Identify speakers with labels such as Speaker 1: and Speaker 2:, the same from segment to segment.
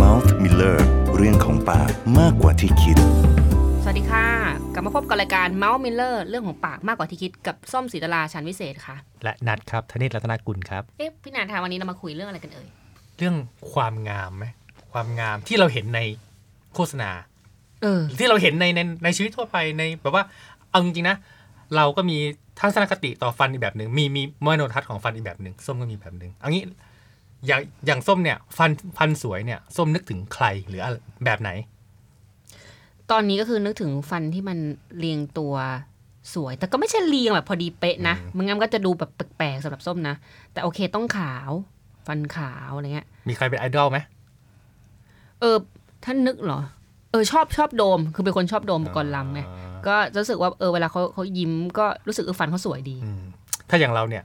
Speaker 1: Mouth Miller เรื่องของปากมากกว่าที่คิด
Speaker 2: สวัสดีค่ะ กลับมาพบกับรายการเมาส์มิลเลอร์เรื่องของปากมากกว่าที่คิดกับส้มสีตลาชันวิเศษค่ะ
Speaker 3: และนัดครับธเนศรัตนกุลครับ
Speaker 2: เอ๊ะพี่นานทาวันนี้เรามาคุยเรื่องอะไรกันเอ่ย
Speaker 3: เรื่องความงามไหมความงามที่เราเห็นในโฆษณา
Speaker 2: เออ
Speaker 3: ที่เราเห็นในในในชีวิตทั่วไปในแบบว่าเอาจริงๆนะ เราก็มีทัศนคติต่อฟันอีกแบบหนึ่งมีมีมโนทัศน์ของฟันอีกแบบหนึ่งส้มก็มีแบบหนึ่งเอันนี้อย่างอย่างส้มเนี่ย ฟันฟันสวยเนี่ย ส้มนึกถึงใครหรืออะไรแบบไหน
Speaker 2: ตอนนี้ก็คือนึกถึงฟันที่มันเรียงตัวสวย แต่ก็ไม่ใช่เรียงแบบพอดีเป๊ะนะ
Speaker 3: อืม
Speaker 2: มันงั้นก็จะดูแบบแปลกๆสำหรับส้มนะ แต่โอเคต้องขาว ฟันขาวอะไรเงี้ย
Speaker 3: มีใครเป็นไอดอลไหม
Speaker 2: เออท่านนึกเหรอ เออชอบชอบโดม คือเป็นคนชอบโดมก่อนลำไง ก็รู้สึกว่าเออเวลาเขาเขายิ้มก็รู้สึกเออฟันเขาสวยดี
Speaker 3: อืมถ้าอย่างเราเนี่ย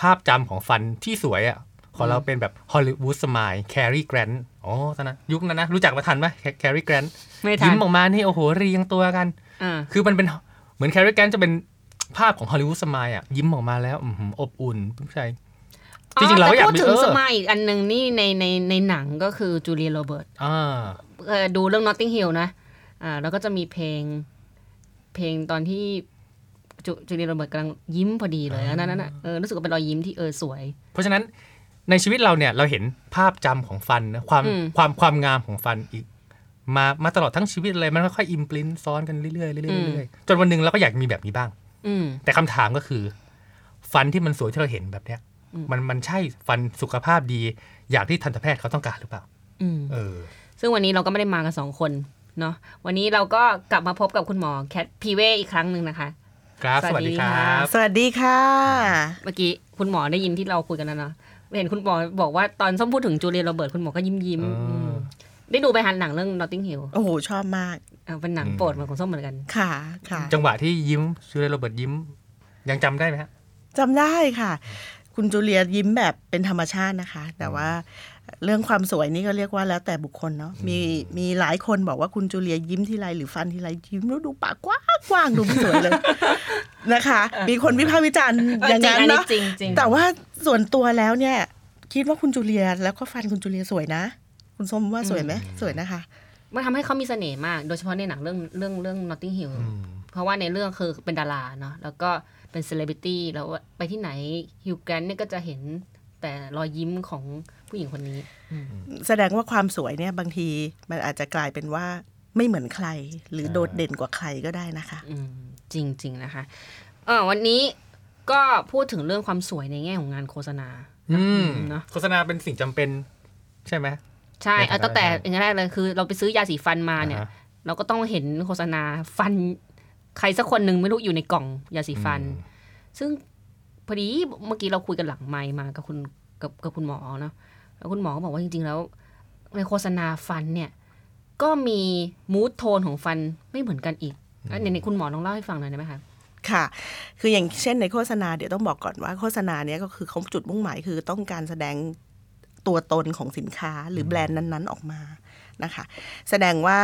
Speaker 3: ภาพจำของฟันที่สวยอะ่ะ ของเราเป็นแบบฮอลลีวูดสมายแครี g แกรนอ๋อตอนนั้นยุคนั้นนะ รู้จักมาทันไหมแครี g แกรน
Speaker 2: ไม่ทั
Speaker 3: ยิ้
Speaker 2: น
Speaker 3: มออกมานี่โอ้โห เรียงตัวกัน
Speaker 2: อ่า
Speaker 3: คือมันเป็นเหมือนแครี g แกรนจะเป็นภาพของฮอลลีวูดสมายอ่ะ ยิ้มออกมาแล้วอื้อหืออบอุ่นผู้ชาย จริงๆเราก็อยาก
Speaker 2: แต่พูด
Speaker 3: มี
Speaker 2: ถึ
Speaker 3: เอง อ
Speaker 2: สมัยอีกอันหนึ่งนี่ในในในหนังก็คือจูเลียโรเบิร์ต
Speaker 3: อ่า
Speaker 2: เอ่อดูเรื่อง Notting Hill นะอ่าแล้วก็จะมีเพลง เพลงตอนที่จูจูเลียโรเบิร์ตกำลังยิ้มพอดีเลยอันนั้นน่ะเออรู้สึกว่าเป็นรอยยิ้มที่เออสวย
Speaker 3: เพราะฉะนั้นในชีวิตเราเนี่ยเราเห็นภาพจำของฟันนะความ
Speaker 2: อืม
Speaker 3: ความความงามของฟันอีก มามาตลอดทั้งชีวิตเลยมันค่อยๆอิมพลินซ้อนกันเรื่อยๆเรื่อยๆเรื่อยๆจนวันหนึ่งเราก็อยากมีแบบนี้บ้าง
Speaker 2: อืม
Speaker 3: แต่คำถามก็คือ ฟันที่มันสวยที่เราเห็นแบบเนี้ย
Speaker 2: อืม
Speaker 3: มันมันใช่ฟันสุขภาพดี อย่างที่ทันตแพทย์เขาต้องการหรือเปล่า
Speaker 2: อืม
Speaker 3: เออ
Speaker 2: ซึ่งวันนี้เราก็ไม่ได้มากันสองคนเนาะวันนี้เราก็กลับมาพบกับคุณหมอแคทพีเวอีกครั้งหนึ่งนะคะ
Speaker 3: ครับ
Speaker 2: ส
Speaker 3: ส
Speaker 2: วั
Speaker 3: วั
Speaker 2: ส
Speaker 3: ส
Speaker 2: ดี
Speaker 3: ดี
Speaker 2: ค
Speaker 3: ค
Speaker 2: รั
Speaker 3: รับ บ
Speaker 4: สวัสดีค่ะ
Speaker 2: เมื่อกี้คุณหมอได้ยินที่เราคุยกันแล้วเนาะเห็นคุณหมอบอกว่าตอนส้มพูดถึงจูเลียโรเบิร์ตคุณหมอก็ยิ้มยิ้มๆ
Speaker 3: อ่า
Speaker 2: อืมได้ดูไปหันหนังเรื่อง Notting Hill
Speaker 4: โอ้โห ชอบมาก
Speaker 2: อ่าเป็นหนังโปรดเหมือนของส้มเหมือนกัน
Speaker 4: ค่ะค่ะ
Speaker 3: จังหวะที่ยิ้มชูเลโรเบิร์ตยิ้ม ยังจำได้ไหมฮะ
Speaker 4: จำได้ค่ะ คุณจูเลียยิ้มแบบเป็นธรรมชาตินะคะ แต่ว่าเรื่องความสวยนี่ก็เรียกว่าแล้วแต่บุคคลเนาะมีมีหลายคนบอกว่าคุณจูเลียยิ้มทีไรหรือฟันทีไรยิ้มแล้วดูปากกว้างกว้างดูไม่สวยเลย นะคะ มีคนวิพากษ์วิจารณ์อย่างนั้นเนาะ
Speaker 2: จริงจริง
Speaker 4: แต่ว่าส่วนตัวแล้วเนี่ย คิดว่าคุณจูเลียแล้วก็ฟันคุณจูเลียสวยนะ คุณส้มว่าสวยไหมสวยนะคะ
Speaker 2: มันทำให้เขามีเสน่ห์มาก โดยเฉพาะในหนังเรื่องเรื่องเรื่อง Notting Hill
Speaker 3: อืม
Speaker 2: เพราะว่าในเรื่องคือเป็นดาราเนาะแล้วก็เป็นเซเลบริตี้แล้วไปที่ไหนฮิวแกรนเนี่ยก็จะเห็นแต่รอยยิ้มของผู้หญิงคนนี้
Speaker 4: แสดงว่าความสวยเนี่ยบางทีมันอาจจะกลายเป็นว่าไม่เหมือนใคร หรือโดดเด่นกว่าใครก็ได้นะคะ
Speaker 2: อืมจริงจริง ๆ นะคะเออวันนี้ก็พูดถึงเรื่องความสวยในแง่ของงานโฆษณา
Speaker 3: อืม
Speaker 2: เนอะ
Speaker 3: โฆษณาเป็นสิ่งจำเป็น ใช่ไหม
Speaker 2: ใช่
Speaker 3: ใน
Speaker 2: เอา
Speaker 3: ฐานะ
Speaker 2: ตั้งแต่
Speaker 3: อะไร
Speaker 2: อย่างแรกเลยคือ เราไปซื้อยาสีฟันมาเนี่ย
Speaker 3: อ่าฮะ
Speaker 2: เราก็ต้องเห็นโฆษณาฟันใครสักคนหนึ่งไม่รู้อยู่ในกล่องยาสีฟัน
Speaker 3: อืม
Speaker 2: ซึ่งพอดีเมื่อกี้เราคุยกันหลังไมค์มากับคุณกับกับคุณหมอเนาะแล้วคุณหมอก็บอกว่าจริง ๆ แล้ว ในโฆษณาฟันเนี่ย ก็มีมู t โทนของฟันไม่เหมือนกันอีกอันนี้คุณหมอลองเล่าให้ฟังหน่อยได้ไหมคะ
Speaker 4: ค่ะ คืออย่างเช่นในโฆษณาเดี๋ยวต้องบอกก่อนว่าโฆษณาเนี่ยก็คือเขาจุดมุ่งหมายคือต้องการแสดงตัวตนของสินค้าหรือแบรนด์นั้นๆออกมานะคะ แสดงว่า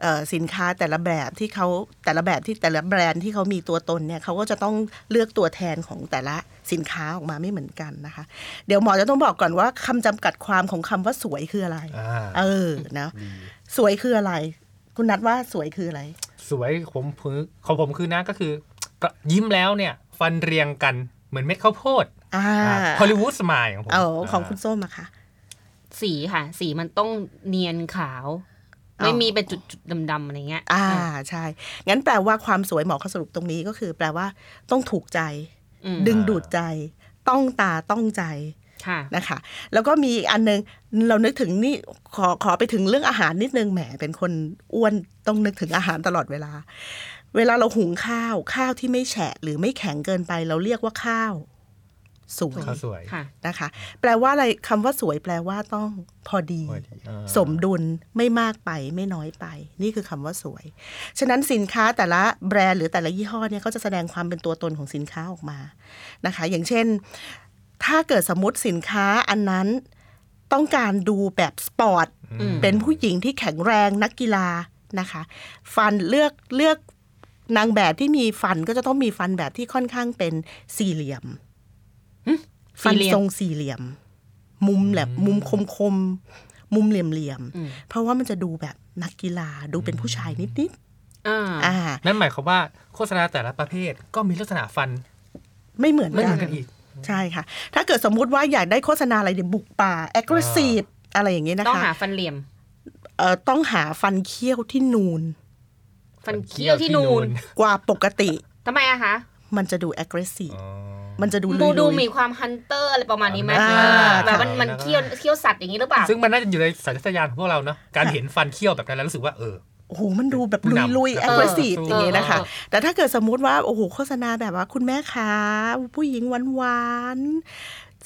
Speaker 4: เอ่อสินค้าแต่ละแบบที่เขาแต่ละแบบที่แต่ละแบรนด์ที่เขามีตัวตนเนี่ยเขาก็จะต้องเลือกตัวแทนของแต่ละสินค้าออกมาไม่เหมือนกันนะคะ เดี๋ยวหมอจะต้องบอกก่อนว่าคำจำกัดความของคำว่าสวยคืออะไร
Speaker 3: อ่า
Speaker 4: เออนะสวยคืออะไร คุณนัดว่าสวยคืออะไร
Speaker 3: สวยผมคือของผมคือนะก็คือ ยิ้มแล้วเนี่ย ฟันเรียงกันเหมือนเม็ดข้าวโพด
Speaker 4: อ่า
Speaker 3: ฮอลลีวูดสมายของผม
Speaker 4: เออของคุณส้มอะคะ
Speaker 2: สีค่ะ สีมันต้องเนียนขาว
Speaker 4: อ๋อ
Speaker 2: ไม่มีเป็นจุดๆดำๆอะไรเงี้ย
Speaker 4: อ่าใช่ งั้นแปลว่าความสวยหมอเขาสรุปตรงนี้ก็คือ แปลว่าต้องถูกใจ
Speaker 2: อืม
Speaker 4: ดึงดูดใจ ต้องตาต้องใจ
Speaker 2: ค่ะ
Speaker 4: นะคะ แล้วก็มีอีกอันนึงเรานึกถึงนี่ขอขอไปถึงเรื่องอาหารนิดนึงแหมเป็นคนอ้วนต้องนึกถึงอาหารตลอดเวลา เวลาเราหุงข้าว ข้าวที่ไม่แฉะหรือไม่แข็งเกินไป เราเรียกว่าข้าวสวย
Speaker 3: ข้าวสวย
Speaker 2: ค่ะ
Speaker 4: นะคะ แปลว่าอะไรคำว่าสวยแปลว่าต้องพอดี
Speaker 3: สวยดีอ่า
Speaker 4: สมดุลไม่มากไปไม่น้อยไป นี่คือคำว่าสวย ฉะนั้นสินค้าแต่ละแบรนด์หรือแต่ละยี่ห้อเนี่ยก็จะแสดงความเป็นตัวตนของสินค้าออกมานะคะ อย่างเช่น ถ้าเกิดสมมติสินค้าอันนั้นต้องการดูแบบสปอร์ต
Speaker 2: อืม
Speaker 4: เป็นผู้หญิงที่แข็งแรงนักกีฬานะคะ ฟันเลือกเลือกนางแบบที่มีฟันก็จะต้องมีฟันแบบที่ค่อนข้างเป็นสี่เหลี่ยม
Speaker 2: หึ
Speaker 4: ฟัน
Speaker 2: สี่เหลี่ยม
Speaker 4: ทรงสี่เหลี่ยม มุมแบบมุมคมคม มุมเหลี่ยม
Speaker 2: อืม
Speaker 4: ๆเพราะว่ามันจะดูแบบนักกีฬาดูเป็นผู้ชายนิด
Speaker 2: อ่า
Speaker 4: ๆอ่า
Speaker 3: นั่นหมายความว่าโฆษณาแต่ละประเภทก็มีลักษณะฟัน
Speaker 4: ไม่เหมือน
Speaker 3: ไม่เห
Speaker 4: กั
Speaker 3: มือน นกันอีก
Speaker 4: ใช่ค่ะ ถ้าเกิดสมมุติว่าอยากได้โฆษณาอะไรเดี๋ยวบุกป่า aggressive อะไรอย่างนี้นะ
Speaker 2: ต้อง
Speaker 4: คะ
Speaker 2: หาฟันเหลี่ยม
Speaker 4: เอ่อต้องหาฟันเคี้ยวที่นูน
Speaker 2: ฟันเคี้ยวที่นูน
Speaker 4: กว่าปกติ
Speaker 2: ทำไมอะคะ
Speaker 4: มันจะดู aggressive มันจะดู
Speaker 2: ดูดู
Speaker 4: ลุยๆ
Speaker 2: มีความฮันเตอร์อะไรประมาณนี้ไหม
Speaker 4: อ่า
Speaker 2: แบบมันมันเคี้ยวเคี้ยวสัตว์อย่างนี้หรือเปล่า
Speaker 3: ซึ่งมันน่าจะอยู่ในสัญชาตญาณของพวกเราเนาะการเห็นฟันเคี้ยวแบบนั้นแล้วรู้สึกว่าเออ
Speaker 4: โอ้โห มันดูแบบ
Speaker 3: ผู้
Speaker 4: ลุย
Speaker 3: นำ
Speaker 4: ลุย
Speaker 3: เออ
Speaker 4: แอคทีฟ
Speaker 3: เออ
Speaker 4: อ
Speaker 3: อ
Speaker 4: ย่างเงี้ยนะคะ
Speaker 2: เออ
Speaker 4: แต่ถ้าเกิดสมมุติว่า โอ้โห โฆษณาแบบว่าคุณแม่ค้าผู้หญิงหวานหวาน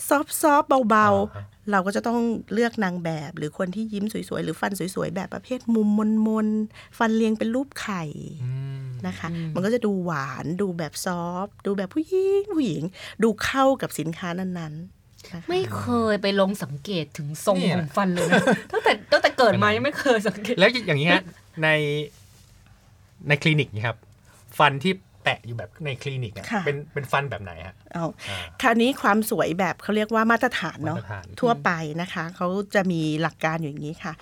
Speaker 4: ซอฟซอฟเบา ๆ เราก็จะต้องเลือกนางแบบ หรือคนที่ยิ้มสวย ๆ หรือฟันสวย ๆ แบบประเภทมุมมนๆฟันเรียงเป็นรูปไข่
Speaker 3: อืม
Speaker 4: นะคะ มันก็จะดูหวานดูแบบซอฟดูแบบผู้หญิงผู้หญิง ดูเข้ากับสินค้านั้นๆนะคะ
Speaker 2: ไม่เคยไปลงสังเกตถึงทรงของฟันเลย นะตั้งแต่ตั้งแต่เกิดมายังไม่เคยสังเกต
Speaker 3: แล้วอย่างนี้ฮะในในคลินิกเนะครับ ฟันที่แปะอยู่แบบในคลินิกเนี่ย
Speaker 4: ค่ะ
Speaker 3: เป็นเป็นฟันแบบไหนฮะ
Speaker 4: เอา
Speaker 3: อ่า
Speaker 4: คราวนี้ความสวยแบบเขาเรียกว่ามาตรฐานเนาะ
Speaker 3: มาตรฐาน
Speaker 4: ทั่วไปนะคะเขาจะมีหลักการอยู่อย่างนี้ค่ะ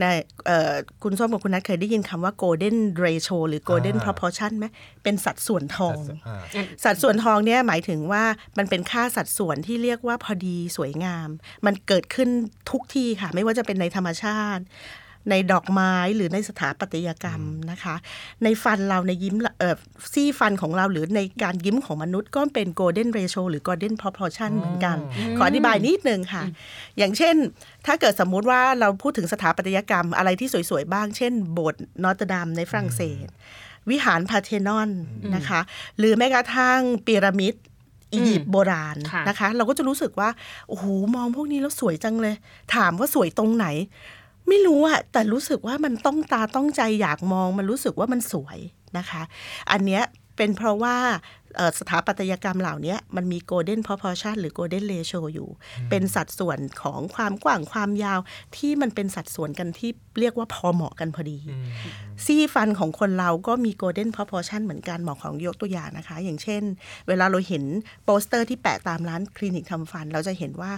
Speaker 4: ในเอ่อคุณส้มกับคุณนัทเคยได้ยินคำว่า golden ratio หรือ golden proportion ไหมเป็นสัดส่วนทอง
Speaker 3: อ่า
Speaker 4: สัดส่วนทองเนี่ยหมายถึงว่ามันเป็นค่าสัดส่วนที่เรียกว่าพอดีสวยงาม มันเกิดขึ้นทุกที่ค่ะ ไม่ว่าจะเป็นในธรรมชาติ ในดอกไม้หรือในสถาปัตยกรรมนะคะ ในฟันเราในยิ้มเราเออซี่ฟันของเราหรือในการยิ้มของมนุษย์ก็เป็น golden ratio หรือ golden proportion เหมือนกัน ขออธิบายนิดนึงค่ะ อย่างเช่น ถ้าเกิดสมมุติว่าเราพูดถึงสถาปัตยกรรมอะไรที่สวยๆบ้าง เช่น โบสถ์นอตเดามในฝรั่งเศส วิหารพาร์เทนอนนะคะ หรือแม้กระทั่งพีระมิดอียิปต์โบราณ
Speaker 2: ค่ะ
Speaker 4: นะคะ เราก็จะรู้สึกว่าโอ้โหมองพวกนี้แล้วสวยจังเลย ถามว่าสวยตรงไหน ไม่รู้อะแต่รู้สึกว่ามันต้องตาต้องใจอยากมอง มันรู้สึกว่ามันสวยนะคะ อันเนี้ยเป็นเพราะว่าเอ่อสถาปัตยกรรมเหล่าเนี้ยมันมี golden proportion หรือ golden ratio อยู่ เป็นสัดส่วนของความกว้างความยาวที่มันเป็นสัดส่วนกันที่เรียกว่าพอเหมาะกันพอดี ซี่ฟันของคนเราก็มี golden proportion เหมือนกันหมอของยกตัวอย่างนะคะ อย่างเช่น เวลาเราเห็นโปสเตอร์ที่แปะตามร้านคลินิกทำฟัน เราจะเห็นว่า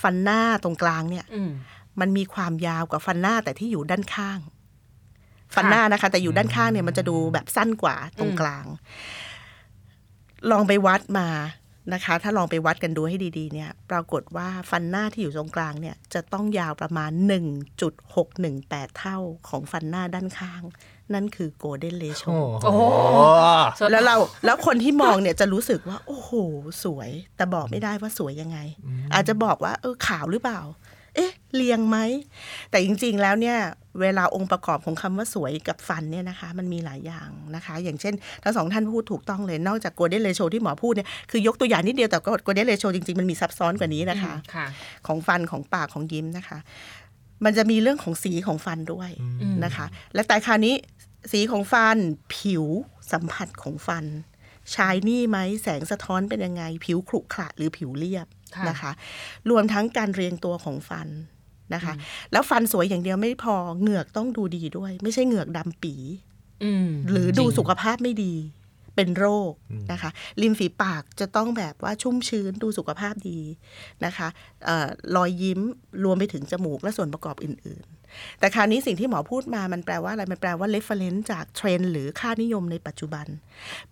Speaker 4: ฟันหน้าตรงกลางเนี่ย
Speaker 2: อืม
Speaker 4: มันมีความยาวกว่าฟันหน้าแต่ที่อยู่ด้านข้าง ฟันหน้านะคะ แต่อยู่ด้านข้างเนี่ยมันจะดูแบบสั้นกว่าตรงกลาง ลองไปวัดมานะคะ ถ้าลองไปวัดกันดูให้ดีๆ เนี่ย ปรากฏว่าฟันหน้าที่อยู่ตรงกลางเนี่ย จะต้องยาวประมาณ 1.618 เท่าของฟันหน้าด้านข้าง นั่นคือโกลเด้นเลโช
Speaker 2: โอ้โห
Speaker 4: แล้วเราแล้วคนที่มองเนี่ยจะรู้สึกว่า โอ้โห สวย แต่บอกไม่ได้ว่าสวยยังไง อาจจะบอกว่า เออขาวหรือเปล่า เอ๊ะ เรียงไหม แต่จริง ๆ แล้วเนี่ย เวลาองค์ประกอบของคำว่าสวยกับฟันเนี่ยนะคะ มันมีหลายอย่างนะคะ อย่างเช่นทั้งสองท่านพูดถูกต้องเลยนอกจาก golden ratio ที่หมอพูดเนี่ยคือยกตัวอย่างนิดเดียวแต่ก็ golden ratio จริง ๆ มันมีซับซ้อนกว่านี้นะคะ
Speaker 2: ค่ะ
Speaker 4: ของฟันของปากของยิ้มนะคะ มันจะมีเรื่องของสีของฟันด้วยนะคะ และแต่คราวนี้สีของฟันผิวสัมผัสของฟันชายนี่ไหมแสงสะท้อนเป็นยังไง ผิวขรุขระหรือผิวเรียบ
Speaker 2: ค่ะ
Speaker 4: นะคะ รวมทั้งการเรียงตัวของฟันนะคะ แล้วฟันสวยอย่างเดียวไม่พอเหงือกต้องดูดีด้วย ไม่ใช่เหงือกดำปี
Speaker 2: อืม
Speaker 4: หรือดูสุขภาพไม่ดีเป็นโรคนะคะริมฝีปากจะต้องแบบว่าชุ่มชื้นดูสุขภาพดีนะคะเออรอยยิ้มรวมไปถึงจมูกและส่วนประกอบอื่นๆ แต่คราวนี้สิ่งที่หมอพูดมามันแปลว่าอะไร มันแปลว่า reference จากเทรนด์หรือค่านิยมในปัจจุบัน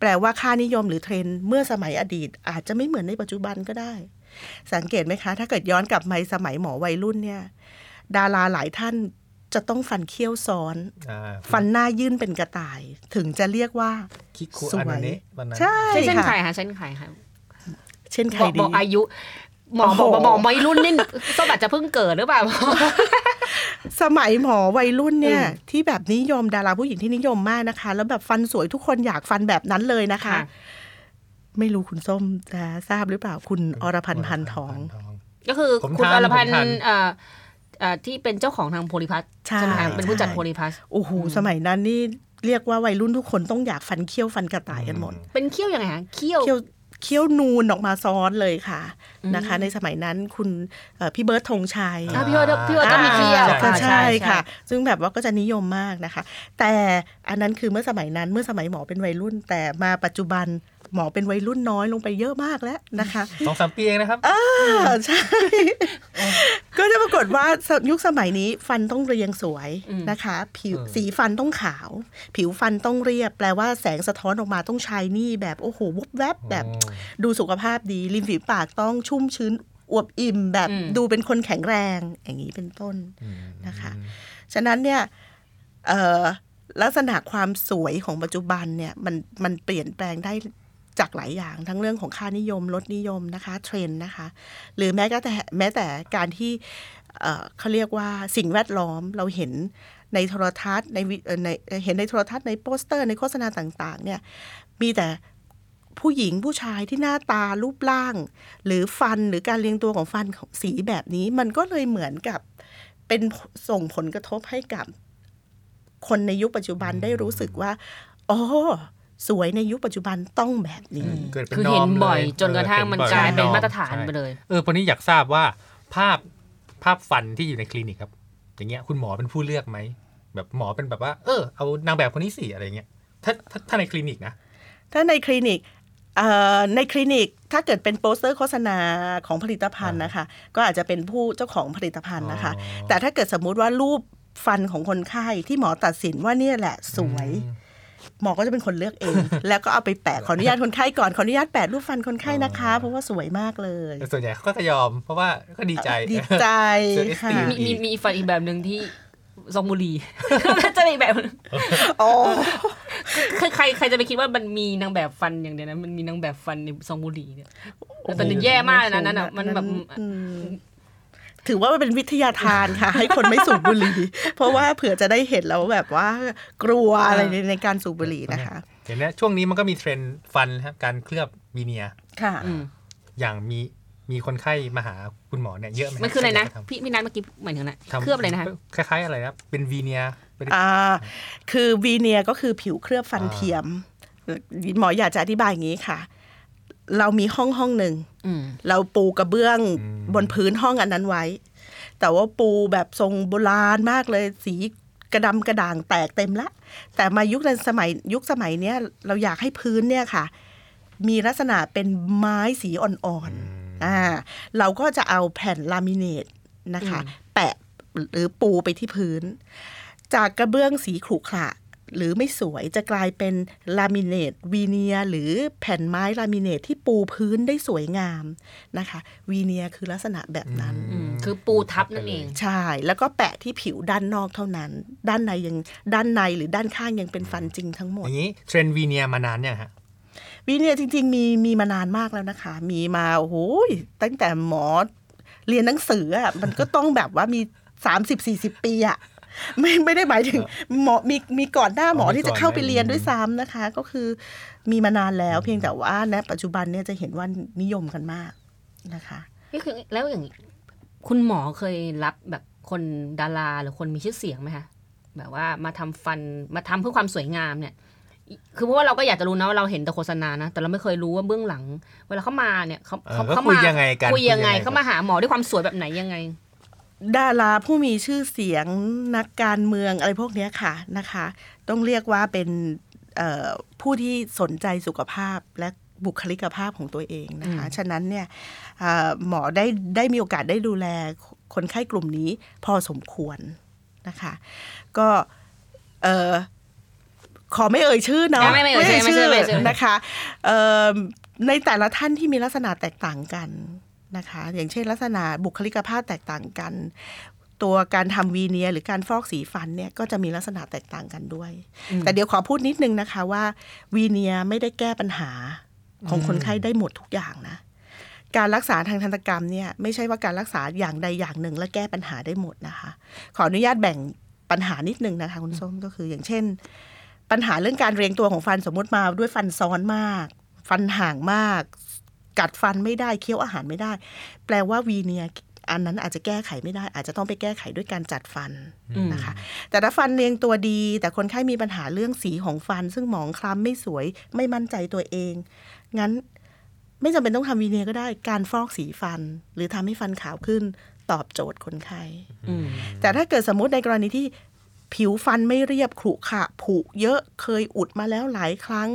Speaker 4: แปลว่าค่านิยมหรือเทรนด์เมื่อสมัยอดีต อาจจะไม่เหมือนในปัจจุบันก็ได้ สังเกตไหมคะ ถ้าเกิดย้อนกลับมาสมัยหมอวัยรุ่นเนี่ยดาราหลายท่านจะต้องฟันเคี้ยวซ้อน
Speaker 3: อ่า
Speaker 4: ฟันหน้ายื่นเป็นกระต่าย ถึงจะเรียกว่า
Speaker 3: คิคุ
Speaker 4: สวย
Speaker 3: อันเนะวันนั้น
Speaker 4: ใช่
Speaker 2: เช่นใคร
Speaker 4: ค่ะ
Speaker 2: คะเช่นใครคะ
Speaker 4: เช่นใคร
Speaker 2: บอก
Speaker 4: ดี
Speaker 2: บอกอายุหมอ
Speaker 4: โอ้โห
Speaker 2: บอกบอกวัยรุ่นนี่ส้มอาจจะเพิ่งเกิดหรือเปล่า
Speaker 4: สมัยหมอวัยรุ่นเนี่ย ที่แบบนิยมดาราผู้หญิงที่นิยมมากนะคะ แล้วแบบฟันสวยทุกคนอยากฟันแบบนั้นเลยนะคะ
Speaker 2: ค่ะ
Speaker 4: ไม่รู้คุณส้มจะทราบหรือเปล่าคุณอรพันธ์พันทอง
Speaker 2: ก็คือ
Speaker 3: ผม
Speaker 2: คุณ
Speaker 3: ทัน
Speaker 2: อรพัน
Speaker 3: ผมทัน
Speaker 2: ธ์เอ่อเอ่อที่เป็นเจ้าของทางโพลิพัส
Speaker 4: ใช่
Speaker 2: ใช่ไหมคะเป็นผู้จัด
Speaker 4: ใช่
Speaker 2: โพลิพัส
Speaker 4: โอ้โหสมัยนั้นนี่เรียกว่าวัยรุ่นทุกคนต้องอยากฟันเคี้ยวฟันกระต่ายกันหมด
Speaker 2: เป็นเคี้ยวยังไงคะเคี้ยว
Speaker 4: เคี้ยวเคี้ยวนูนออกมาซ้อนเลยค่ะนะคะ ในสมัยนั้นคุณเอ่อพี่เบิร์ดธงชัย
Speaker 2: อ่ะพี่ว่าพี่ว่าต้องมีเที่ยว
Speaker 4: อ่า
Speaker 2: ใช่
Speaker 4: ใช่
Speaker 2: ใช่
Speaker 4: ค่ะ ซึ่งแบบว่าก็จะนิยมมากนะคะ แต่อันนั้นคือเมื่อสมัยนั้นเมื่อสมัยหมอเป็นวัยรุ่น แต่มาปัจจุบัน หมอเป็นวัยรุ่นน้อยลงไปเยอะมากแล้วนะคะ
Speaker 3: สองสามปีเองนะครับ
Speaker 4: อ่าใช่ ก็จะปรากฏว่าสยุคสมัยนี้ฟันต้องเรียงสวย
Speaker 2: อืม
Speaker 4: นะคะ ผิว
Speaker 3: เออ
Speaker 4: สีฟันต้องขาว ผิวฟันต้องเรียบ แปลว่าแสงสะท้อนออกมาต้องชายนี่แบบโอ้โหวุบแวบแบบ
Speaker 3: อ๋อ
Speaker 4: ดูสุขภาพดี ริมฝีปากต้องชุ่มชื้นอวบอิ่ม แบบ
Speaker 2: อืม
Speaker 4: ดูเป็นคนแข็งแรง อย่างนี้เป็นต้น
Speaker 3: อืม
Speaker 4: นะคะ ฉะนั้นเนี่ยเอ่อลักษณะความสวยของปัจจุบันเนี่ยมันมันเปลี่ยนแปลงได้จากหลายอย่างทั้งเรื่องของค่านิยมลดนิยมนะคะเทรนด์นะคะ หรือแม้ก็แต่แม้แต่การที่เอ่อเขาเรียกว่าสิ่งแวดล้อมเราเห็นในโทรทัศน์ในวิเอ่อในเอ่อเห็นในโทรทัศน์ในโปสเตอร์ในโฆษณาต่างๆเนี่ยมีแต่ผู้หญิงผู้ชายที่หน้าตารูปร่าง หรือฟันหรือการเรียงตัวของฟันของสีแบบนี้มันก็เลยเหมือนกับ เป็นส่งผลกระทบให้กับคนในยุคปัจจุบันได้รู้สึกว่า อ๋อ สวยในยุคปัจจุบันต้องแบบนี้
Speaker 3: เกิดเป็น
Speaker 2: คือเห็น
Speaker 3: มลย
Speaker 2: บ่อยจนกระทั่ง
Speaker 3: ออ
Speaker 2: มันกลายเป็น
Speaker 3: อ
Speaker 2: มาตรฐาน
Speaker 3: ใช่
Speaker 2: ไปเลย
Speaker 3: เออคนนี้อยากทราบว่าภาพภาพฟันที่อยู่ในคลินิกครับ อย่างเงี้ยคุณหมอเป็นผู้เลือกไหมแบบหมอเป็นแบบว่า เออเอานางแบบคนนี้สิอะไรเงี้ยถ้าถ้าถ้าในคลินิกนะ
Speaker 4: ถ้าในคลินิกเอ่อในคลินิกถ้าเกิดเป็นโปสเตอร์โฆษณาของผลิตภัณฑ์นะคะ ก็อาจจะเป็นผู้เจ้าของผลิตภัณฑ์นะคะ
Speaker 3: อ๋อ
Speaker 4: แต่ถ้าเกิดสมมุติว่ารูปฟันของคนไข้ที่หมอตัดสินว่าเนี่ยแหละสวย หมอก็จะเป็นคนเลือกเอง แล้วก็เอาไปแปะขออนุญาตคนไข้ก่อนขออนุญาตแปะรูปฟันคนไข้นะคะ เพราะว่าสวยมากเลย
Speaker 3: แต่ส่วนใหญ่เขาก็จะยอม เพราะว่าก็ดีใจ
Speaker 4: ดีใจ
Speaker 3: เสีย
Speaker 4: ค่ะ
Speaker 3: ม
Speaker 2: มีมีมีฟันอีกแบบหนึ่งที่ซองบุห รี จะมีแบบ
Speaker 4: โอ้
Speaker 2: คือใครใครจะไปคิดว่ามันมีนางแบบฟันอย่างเดียวนะมันมีนางแบบฟันในซองบุหรีเนี่ยแล้วตอนนี้แย่มากเลยนะนั่นอ่ะมันแบบ
Speaker 4: อืมถือว่ามันเป็นวิทยาทาน ค่ะ ให้คนไม่สูบบุหรี่ เพราะว่าเผื่อจะได้เห็นแล้วแบบว่ากลัวอะไรในในการสูบบุหรี่นะคะ
Speaker 3: เห็นไหมช่วงนี้มันก็มีเทรนด์ฟันนะครับการเคลือบวีเนียร์
Speaker 4: ค่ะ
Speaker 2: อืม
Speaker 3: อย่างมีมีคนไข้มาหาคุณหมอเนี่ยเยอะไหม
Speaker 2: มันคืออะไรนะ
Speaker 3: ทำ
Speaker 2: พี่พี่นัทเมื่อกี้เหมือนกันนะ
Speaker 3: ทำ
Speaker 2: เคลือบอะไรนะคะ
Speaker 3: คล้าย ๆ อะไรนะเป็นวีเนียร์เป็น
Speaker 4: อ่า คือวีเนียก็คือผิวเคลือบฟันเทียม หมออยากจะอธิบายอย่างนี้ค่ะ เรามีห้องห้องหนึ่ง
Speaker 2: อืม
Speaker 4: เราปูกระเบื้อง
Speaker 3: อืม
Speaker 4: บนพื้นห้องอันนั้นไว้ แต่ว่าปูแบบทรงโบราณมากเลย สีกระดำกระด่างแตกเต็มละ แต่มายุคในสมัยยุคสมัยเนี้ยเราอยากให้พื้นเนี่ยค่ะ มีลักษณะเป็นไม้สีอ่อนๆอ่าเราก็จะเอาแผ่นลามิเนตนะคะ
Speaker 2: อืม
Speaker 4: แปะหรือปูไปที่พื้น จากกระเบื้องสีขรุขระหรือไม่สวยจะกลายเป็นลามิเนตวีเนียหรือแผ่นไม้ลามิเนตที่ปูพื้นได้สวยงามนะคะวีเนียคือลักษณะแบบนั้น
Speaker 2: อืมคือปูทับนั่นเอง
Speaker 4: ใช่ แล้วก็แปะที่ผิวด้านนอกเท่านั้น ด้านในยังด้านในหรือด้านข้างยังเป็นฟันจริงทั้งหม
Speaker 3: อ
Speaker 4: ด
Speaker 3: ย่างนี้เทรนด์วีเนียร์มานานเนี่ยงฮะ
Speaker 4: วีเนียจริง ๆ มีมีมานานมากแล้วนะคะ มีมาโอ้โหยตั้งแต่หมอเรียนหนังสืออ่ะ มันก็ต้องแบบว่ามี 30 40 ปีอ่ะไม่ไม่ได้หมายถึงหมอมีมีก่อนหน้าหมอ
Speaker 3: อ๋อมี
Speaker 4: ที่
Speaker 3: ก่
Speaker 4: จะ
Speaker 3: อน
Speaker 4: เข้าไป
Speaker 3: หน้า
Speaker 4: เรียนด้วยซ้ำนะคะ ก็คือมีมานานแล้วเพียงแต่ว่าณปัจจุบันเนี่ยจะเห็นว่านิยมกันมากนะคะ
Speaker 2: นี่คือแล้วอย่างคุณหมอเคยรับแบบคนดาราหรือคนมีชื่อเสียงไหมคะแบบว่ามาทำฟันมาทำเพื่อความสวยงามเนี่ย คือเพราะว่าเราก็อยากจะรู้นะว่าเราเห็นแต่โฆษณานะ แต่เราไม่เคยรู้ว่าเบื้องหลัง เวลาเขามาเนี่ยเขา
Speaker 3: เออ
Speaker 2: เขา
Speaker 3: ก็
Speaker 2: เขา
Speaker 3: คุย
Speaker 2: มา
Speaker 3: ยังไงกัน
Speaker 2: คุยยังไง
Speaker 3: คุยยังไง
Speaker 2: เขามาหาหมอด้วยความสวยแบบไหนยังไง
Speaker 4: ดาราผู้มีชื่อเสียงนักการเมืองอะไรพวกเนี้ยค่ะนะคะ ต้องเรียกว่าเป็นเอ่อผู้ที่สนใจสุขภาพและบุคลิกภาพของตัวเองนะคะ
Speaker 2: อืม
Speaker 4: ฉะนั้นเนี่ยเอ่อหมอได้ได้มีโอกาสได้ดูแลคนไข้กลุ่มนี้พอสมควรนะคะ ก็เอ่อขอไม่เอ่ยชื่อเนาะ
Speaker 2: ไม่ไม่เอ่ยชื่อไม่เอ่ยชื่อไม่เอ่ยชื่อ
Speaker 4: นะคะเอ่อในแต่ละท่านที่มีลักษณะแตกต่างกันนะคะ อย่างเช่น ลักษณะบุคลิกภาพแตกต่างกัน ตัวการทำวีเนียร์หรือการฟอกสีฟันเนี่ยก็จะมีลักษณะแตกต่างกันด้วย แต่เดี๋ยวขอพูดนิดนึงนะคะว่าวีเนียร์ไม่ได้แก้ปัญหาของคนไข้ได้หมดทุกอย่างนะ การรักษาทางทันตกรรมเนี่ยไม่ใช่ว่าการรักษาอย่างใดอย่างหนึ่ง และแก้ปัญหาได้หมดนะคะ ขออนุญาตแบ่งปัญหานิดนึงนะคะคุณส้มก็คืออย่างเช่น ปัญหาเรื่องการเรียงตัวของฟันสมมติมาด้วยฟันซ้อนมาก ฟันห่างมาก กัดฟันไม่ได้เคี้ยวอาหารไม่ได้ แปลว่าวีเนียร์อันนั้นอาจจะแก้ไขไม่ได้ อาจจะต้องไปแก้ไขด้วยการจัดฟัน
Speaker 2: อืม
Speaker 4: นะคะแต่ถ้าฟันเรียงตัวดี แต่คนไข้มีปัญหาเรื่องสีของฟัน ซึ่งหมองคล้ำไม่สวยไม่มั่นใจตัวเอง งั้นไม่จำเป็นต้องทำวีเนียร์ก็ได้การฟอกสีฟัน หรือทำให้ฟันขาวขึ้นตอบโจทย์คนไข้
Speaker 2: อืม
Speaker 4: แต่ถ้าเกิดสมมติในกรณีที่ ผิวฟันไม่เรียบขรุขระผุเยอะเคยอุดมาแล้วหลายครั้ง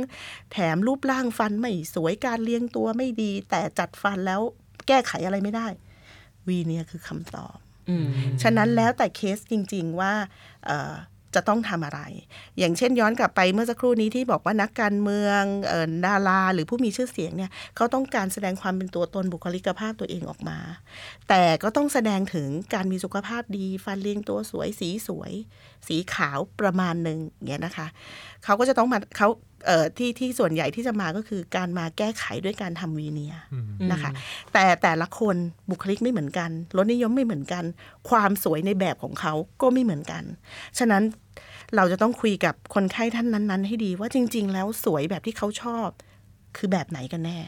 Speaker 4: แถมรูปร่างฟันไม่สวยการเลี้ยงตัวไม่ดี แต่จัดฟันแล้วแก้ไขอะไรไม่ได้ วีเนียคือคำตอบ
Speaker 2: อืม
Speaker 4: ฉะนั้นแล้วแต่เคสจริง ๆ ว่าเอ่อจะต้องทำอะไร อย่างเช่นย้อนกลับไปเมื่อสักครู่นี้ที่บอกว่านักการเมืองเอ่อดารา หรือผู้มีชื่อเสียงเนี่ยเขาต้องการแสดงความเป็นตัวตนบุคลิกภาพตัวเองออกมา แต่ก็ต้องแสดงถึงการมีสุขภาพดี ฟันเรียงตัวสวยสีสวย สีขาวประมาณหนึ่งอย่างเงี้ยนะคะเขาก็จะต้องมาเขาเอ่อที่ที่ส่วนใหญ่ที่จะมาก็คือการมาแก้ไขด้วยการทำวีเนียร์
Speaker 3: อืม
Speaker 4: นะคะ แต่แต่ละคนบุคลิกไม่เหมือนกันรสนิยมไม่เหมือนกัน ความสวยในแบบของเขาก็ไม่เหมือนกัน ฉะนั้นเราจะต้องคุยกับคนไข้ท่านนั้นๆ ให้ดีว่าจริง ๆ แล้วสวยแบบที่เขาชอบ คือแบบไหนกันแน่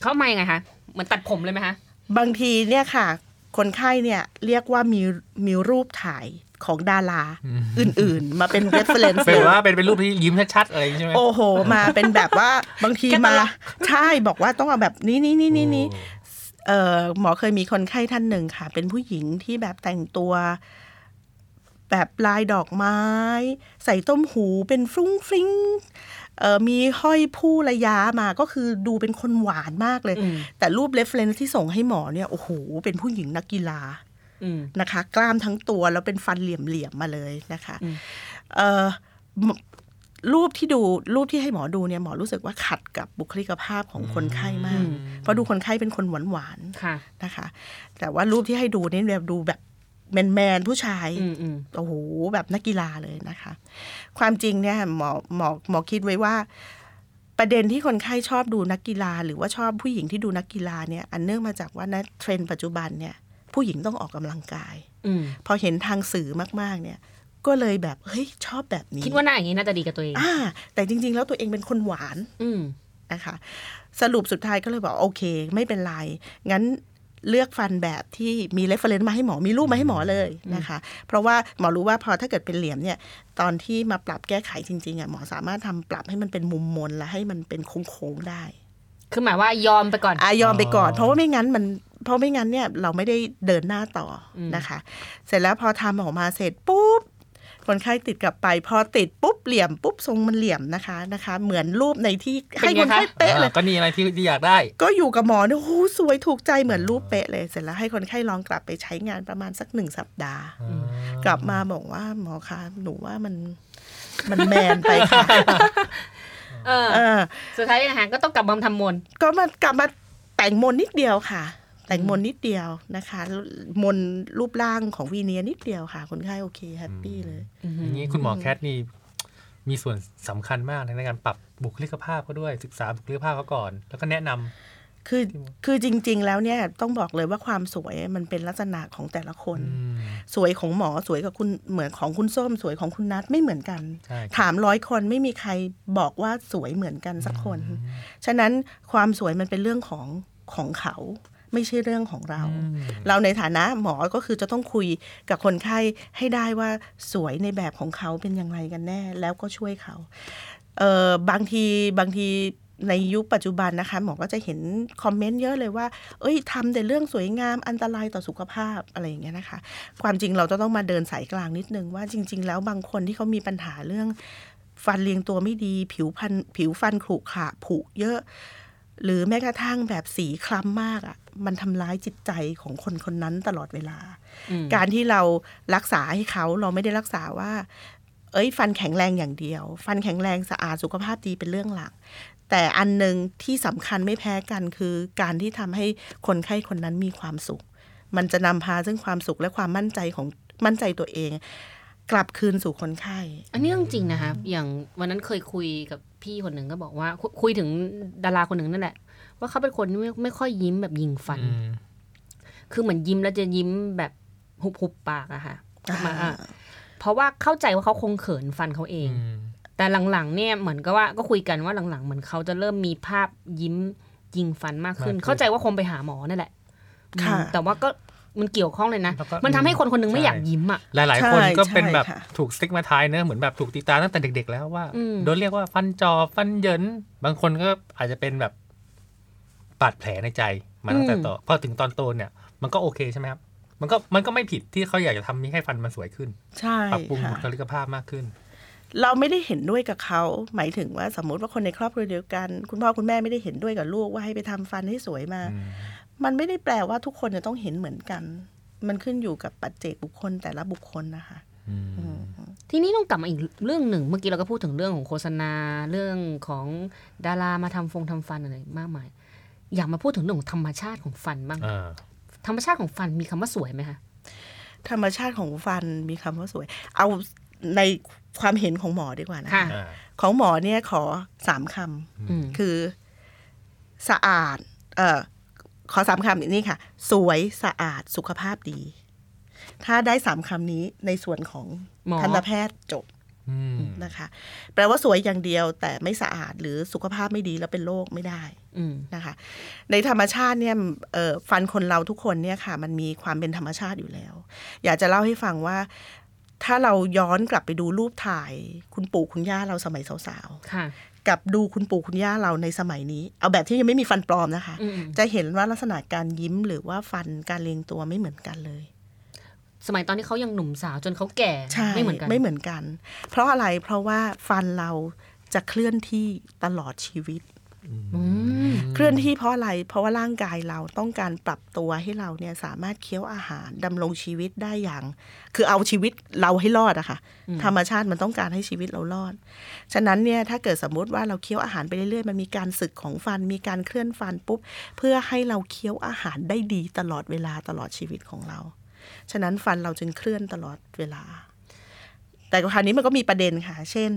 Speaker 2: เขามายังไงคะ เหมือนตัดผมเลยไหมคะ
Speaker 4: บางทีเนี่ยค่ะ คนไข้เนี่ยเรียกว่ามีมีรูปถ่ายของดารา
Speaker 3: อืม
Speaker 4: อื่นๆ มาเป็น reference
Speaker 3: เป็น
Speaker 4: เลย
Speaker 3: ว่าเป็นเป็นรูปที่ยิ้มชัดๆอะไรอย่างงี้ใช่ไหม
Speaker 4: โอ้โห มาเป็นแบบว่าบางทีมา ใช่บอกว่าต้องเอาแบบนี้นี้นี้นี้นี้ เอ่อหมอเคยมีคนไข้ท่านหนึ่งค่ะ เป็นผู้หญิงที่แบบแต่งตัว แบบลายดอกไม้ ใส่ต้มหูเป็นฟรุ้งฟริ้งเอ่อมีห้อยผู้ระยะมาก็คือดูเป็นคนหวานมากเลย
Speaker 2: อืม
Speaker 4: แต่รูปเรฟเลนซ์ที่ส่งให้หมอเนี่ยโอ้โหเป็นผู้หญิงนักกีฬา
Speaker 2: อืม
Speaker 4: นะคะ กล้ามทั้งตัวแล้วเป็นฟันเหลี่ยมๆมาเลยนะคะ
Speaker 2: อืม
Speaker 4: เอ่อหมอรูปที่ดูรูปที่ให้หมอดูเนี่ยหมอรู้สึกว่าขัดกับบุคลิกภาพของคนไข้มาก เพราะดูคนไข้เป็นคนหวาน
Speaker 2: ค่ะ
Speaker 4: ๆนะคะ แต่ว่ารูปที่ให้ดูเนี่ยแบบดูแบบแมนๆผู้ชาย
Speaker 2: อืมอืม
Speaker 4: โอ้โหแบบนักกีฬาเลยนะคะ ความจริงเนี่ยหมอหมอหมอคิดไว้ว่า ประเด็นที่คนไข้ชอบดูนักกีฬา หรือว่าชอบผู้หญิงที่ดูนักกีฬาเนี่ยอันเนื่องมาจากว่าณเทรนด์ปัจจุบันเนี่ยผู้หญิงต้องออกกำลังกาย
Speaker 2: อืม
Speaker 4: พอเห็นทางสื่อมากๆ เนี่ย ก็เลยแบบเฮ้ยชอบแบบนี้
Speaker 2: คิดว่าหน้าอย่างนี้น่าจะดีกับตัวเอง
Speaker 4: อ่าแต่จริง ๆ แล้วตัวเองเป็นคนหวาน
Speaker 2: อืม
Speaker 4: นะคะ สรุปสุดท้ายก็เลยบอกโอเค ไม่เป็นไร งั้นเลือกฟันแบบที่มีเรฟเฟรนซ์มาให้หมอมีรูปมาให้หมอเลยนะคะ เพราะว่าหมอรู้ว่าพอถ้าเกิดเป็นเหลี่ยมเนี่ย ตอนที่มาปรับแก้ไขจริงๆอ่ะหมอสามารถทำปรับให้มันเป็นมุมมนและให้มันเป็นโค้งๆได้
Speaker 2: คือหมายว่ายอมไปก่อน
Speaker 4: อายอมไปก่อน เพราะว่าไม่งั้นมันเพราะไม่งั้นเนี่ยเราไม่ได้เดินหน้าต่ออ
Speaker 2: ม
Speaker 4: นะคะ เสร็จแล้วพอทำออกมาเสร็จปุ๊บคนไข้ติดกลับไป พอติดปุ๊บเหลี่ยมปุ๊บทรงมันเหลี่ยมนะคะนะคะ เหมือนรูปในที่ให้คนไข้เป๊ะเลย
Speaker 3: อ่าก็นี่อะไรที่ที่อยากได้
Speaker 4: ก็อยู่กับหมอเนี่ยโอ้โหสวยถูกใจเหมือนรูปเป๊ะเลย เสร็จแล้วให้คนไข้ลองกลับไปใช้งานประมาณสักหนึ่งสัปดาห์ กลับมาบอกว่าหมอคะหนูว่ามันมันแมนไปค่ะ
Speaker 2: เออ
Speaker 4: เออ
Speaker 2: สุดท้ายอาหารก็ต้องกลับมาทำมนต์
Speaker 4: ก็มากลับมาแต่งมนต์นิดเดียวค่ะ แต่งมนต์นิดเดียวนะคะ มนต์รูปร่างของวีเนียนิดเดียวค่ะ คนไข้โอเคแฮปปี้เลย
Speaker 3: อย่างนี้คุณหมอแคทนี่มีส่วนสำคัญมากในการปรับบุคลิกภาพเขาด้วยศึกษาบุคลิกภาพเขาก่อน แล้วก็แนะนำ
Speaker 4: คือคือจริง ๆ แล้วเนี่ยต้องบอกเลยว่าความสวยมันเป็นลักษณะของแต่ละคน สวยของหมอสวยกับคุณเหมือนของคุณส้ม สวยของคุณนัทไม่เหมือนกัน
Speaker 3: ใช่ครับ
Speaker 4: ถามร้อยคนไม่มีใครบอกว่าสวยเหมือนกันสักคน ฉะนั้นความสวยมันเป็นเรื่องของของเขาไม่ใช่เรื่องของเรา เราในฐานะหมอก็คือจะต้องคุยกับคนไข้ให้ได้ว่าสวยในแบบของเขาเป็นอย่างไรกันแน่ แล้วก็ช่วยเขา เออบางทีบางทีในยุคปัจจุบันนะคะ หมอก็จะเห็นคอมเมนต์เยอะเลยว่า เอ้ยทำแต่เรื่องสวยงามอันตรายต่อสุขภาพอะไรอย่างเงี้ยนะคะ ความจริงเราจะต้องมาเดินสายกลางนิดนึงว่าจริง ๆ แล้วบางคนที่เขามีปัญหาเรื่อง ฟันเรียงตัวไม่ดี ผิวพันผิวฟันขรุขระผุเยอะ หรือแม้กระทั่งแบบสีคล้ำมากอะ่ะ มันทำร้ายจิตใจของคนคนนั้นตลอดเวลา
Speaker 2: อืม
Speaker 4: การที่เรารักษาให้เขาเราไม่ได้รักษาว่า เอ้ย ฟันแข็งแรงอย่างเดียว ฟันแข็งแรงสะอาดสุขภาพดีเป็นเรื่องหลัก แต่อันหนึ่งที่สำคัญไม่แพ้กันคือการที่ทำให้คนไข้คนนั้นมีความสุข มันจะนำพาซึ่งความสุขและความมั่นใจของมั่นใจตัวเอง กลับคืนสู่คนไข้
Speaker 2: อันนี้เรื่องจริงนะคะ อย่างวันนั้นเคยคุยกับพี่คนหนึ่งก็บอกว่าคุยคุยถึงดาราคนหนึ่งนั่นแหละ ว่าเขาเป็นคนที่ไม่ไม่ค่อยยิ้มแบบยิงฟัน คือเหมือนยิ้มแล้วจะยิ้มแบบหุบหุบปากอะค่ะออกมาอะเพราะว่าเข้าใจว่าเขาคงเขินฟันเขาเอง แต่หลังๆเนี่ยเหมือนก็ว่าก็คุยกันว่าหลังๆเหมือนเขาจะเริ่มมีภาพยิ้มยิงฟันมากขึ้น
Speaker 3: มากขึ้น
Speaker 2: เข้าใจว่าคงไปหาหมอนั่นแหละ
Speaker 4: ค่ะ
Speaker 2: อืมแต่ว่าก็มันเกี่ยวข้องเลยนะ
Speaker 3: แล้วก็
Speaker 2: มันทำให้คนคนหนึงไม่
Speaker 3: ใช่
Speaker 2: อยากยิ้มอะ
Speaker 3: หลายหลาย ๆ คน
Speaker 4: ใช่
Speaker 3: ก็เป็นแบบ
Speaker 4: ใช่ค่ะ
Speaker 3: ถูกสติ๊กมาทายเนอะเหมือนแบบถูกตีตาตั้งแต่เด็ก ๆ แล้วว่า
Speaker 2: อืม
Speaker 3: โดนเรียกว่าฟันจอบฟันเหยินบางคนก็อาจจะเป็นแบบบาดแผลในใจมาตั้งแต่ต่อนพอถึงตอนโตเนี่ย มันก็โอเคใช่ไหมครับ มันก็มันก็ไม่ผิดที่เขาอยากจะทำให้ฟันมันสวยขึ้น
Speaker 4: ใช่
Speaker 3: ปรับปรุงบุ
Speaker 4: ค่ะ
Speaker 3: คลิกภาพมากขึ้น
Speaker 4: เราไม่ได้เห็นด้วยกับเขา หมายถึงว่าสมมติว่าคนในครอบครัวเดียวกัน คุณพ่อคุณแม่ไม่ได้เห็นด้วยกับลูกว่าให้ไปทำฟันให้สวยมา มันไม่ได้แปลว่าทุกคนจะต้องเห็นเหมือนกัน มันขึ้นอยู่กับปัจเจกบุคคลแต่ละบุคคลนะคะ
Speaker 2: ทีนี้ต้องกลับมาอีกเรื่องหนึ่ง เมื่อกี้เราก็พูดถึงเรื่องของโฆษณาเรื่องของดารามาทำฟงทำฟันอะไรมากมาย อยากมาพูดถึงเรื่องของธรรมชาติของฟันบ้าง
Speaker 3: เออ
Speaker 2: ธรรมชาติของฟันมีคำว่าสวยไหมคะ
Speaker 4: ธรรมชาติของฟันมีคำว่าสวย เอาในความเห็นของหมอดีกว่านะ
Speaker 2: ค่ะ
Speaker 3: อ่า
Speaker 4: ของหมอเนี่ยขอสามค
Speaker 2: อืม
Speaker 4: ำคือสะอาด เออขอสามคำนี่ค่ะ สวยสะอาดสุขภาพดี ถ้าได้สามคำนี้ในส่วนของ
Speaker 2: หมอ
Speaker 4: ทันตแพทย์จบ
Speaker 3: อืม
Speaker 4: นะคะ แปลว่าสวยอย่างเดียวแต่ไม่สะอาดหรือสุขภาพไม่ดีแล้วเป็นโรคไม่ได้
Speaker 2: อืม
Speaker 4: นะคะ ในธรรมชาติเนี่ยเอ่อฟันคนเราทุกคนเนี่ยค่ะ มันมีความเป็นธรรมชาติอยู่แล้ว อยากจะเล่าให้ฟังว่า ถ้าเราย้อนกลับไปดูรูปถ่าย คุณปู่คุณย่าเราสมัยสาว
Speaker 2: ค่ะ
Speaker 4: ๆ กับดูคุณปู่คุณย่าเราในสมัยนี้ เอาแบบที่ยังไม่มีฟันปลอมนะคะ
Speaker 2: อืม
Speaker 4: จะเห็นว่าลักษณะการยิ้มหรือว่าฟันการเรียงตัวไม่เหมือนกันเลย
Speaker 2: สมัยตอนที่เขายังหนุ่มสาวจนเขาแก่
Speaker 4: ใช่
Speaker 2: ไม่เหมือนกัน
Speaker 4: ไม่เหมือนกัน เพราะอะไรเพราะว่าฟันเราจะเคลื่อนที่ตลอดชีวิต
Speaker 2: อืม
Speaker 4: เคลื่อนที่เพราะอะไร เพราะว่าร่างกายเราต้องการปรับตัวให้เราเนี่ยสามารถเคี้ยวอาหารดำรงชีวิตได้อย่าง คือเอาชีวิตเราให้รอดอะค่ะ ธรรมชาติมันต้องการให้ชีวิตเรารอด ฉะนั้นเนี่ยถ้าเกิดสมมติว่าเราเคี้ยวอาหารไปเรื่อยๆ มันมีการสึกของฟัน มีการเคลื่อนฟันปุ๊บ เพื่อให้เราเคี้ยวอาหารได้ดีตลอดเวลาตลอดชีวิตของเรา ฉะนั้นฟันเราจึงเคลื่อนตลอดเวลา แต่คราวนี้มันก็มีประเด็นค่ะ เช่น